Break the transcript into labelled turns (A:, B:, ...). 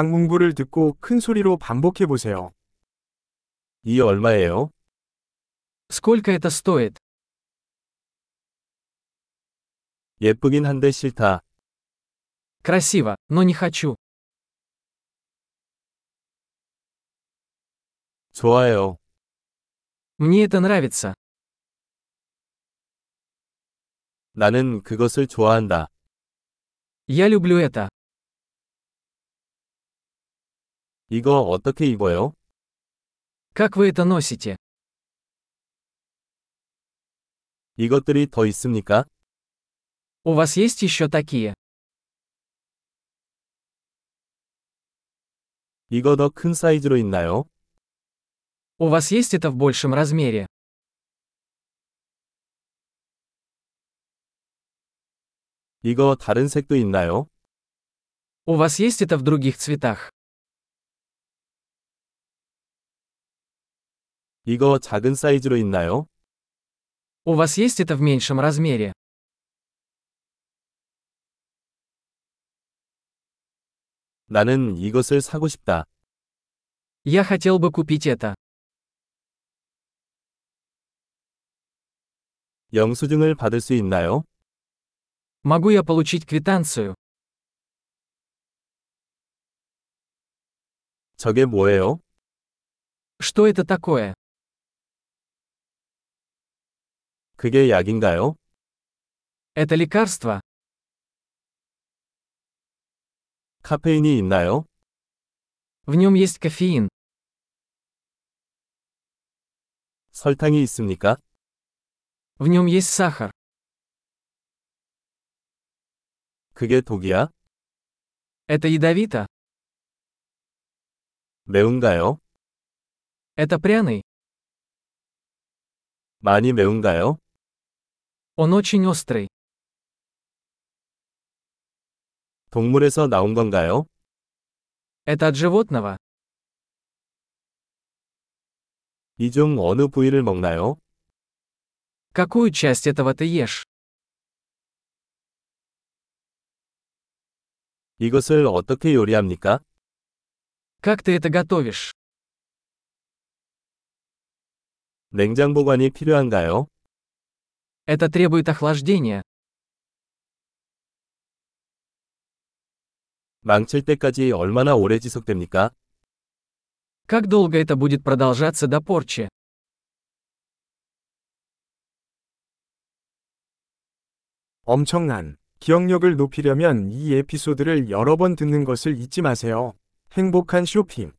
A: 강문부를 듣고 큰 소리로 반복해 보세요.
B: 이 얼마예요?
C: Сколько это стоит?
B: 예쁘긴 한데 싫다.
C: Красиво, но не хочу.
B: 좋아요.
C: Мне это нравится.
B: 나는 그것을 좋아한다.
C: Я люблю это.
B: 이거 어떻게 입어요?
C: Как вы это носите?
B: 이것들이 더 있습니까?
C: У вас есть еще такие?
B: 이거 더 큰 사이즈로 있나요?
C: У вас есть это в большем размере?
B: 이거 다른 색도 있나요?
C: У вас есть это в других цветах?
B: 이거 작은 사이즈로 있나요?
C: У вас есть это в меньшем размере?
B: 나는 이것을 사고 싶다.
C: Я хотел бы купить это.
B: 영수증을 받을 수 있나요?
C: Могу я получить квитанцию?
B: 저게 뭐예요?
C: Что это такое?
B: 그게 약인가요?
C: Это лекарство?
B: 카페인이 있나요?
C: В нем есть кофеин.
B: 설탕이 있습니까?
C: В нем есть сахар.
B: 그게 독이야?
C: Это ядовито?
B: 매운가요?
C: Это пряный?
B: 많이 매운가요?
C: Он очень острый.
B: 동물에서 나온 건가요?
C: Это от животного?
B: 이 중 어느 부위를 먹나요?
C: Какую часть этого ты ешь?
B: 이것을 어떻게 요리합니까?
C: Как ты это готовишь?
B: 냉장 보관이 필요한가요?
C: Это требует охлаждения.
B: 망칠 때까지 얼마나 오래 지속됩니까?
C: Как долго это будет продолжаться до порчи?
A: 엄청난 기억력을 높이려면 이 에피소드를 여러 번 듣는 것을 잊지 마세요. 행복한 쇼핑!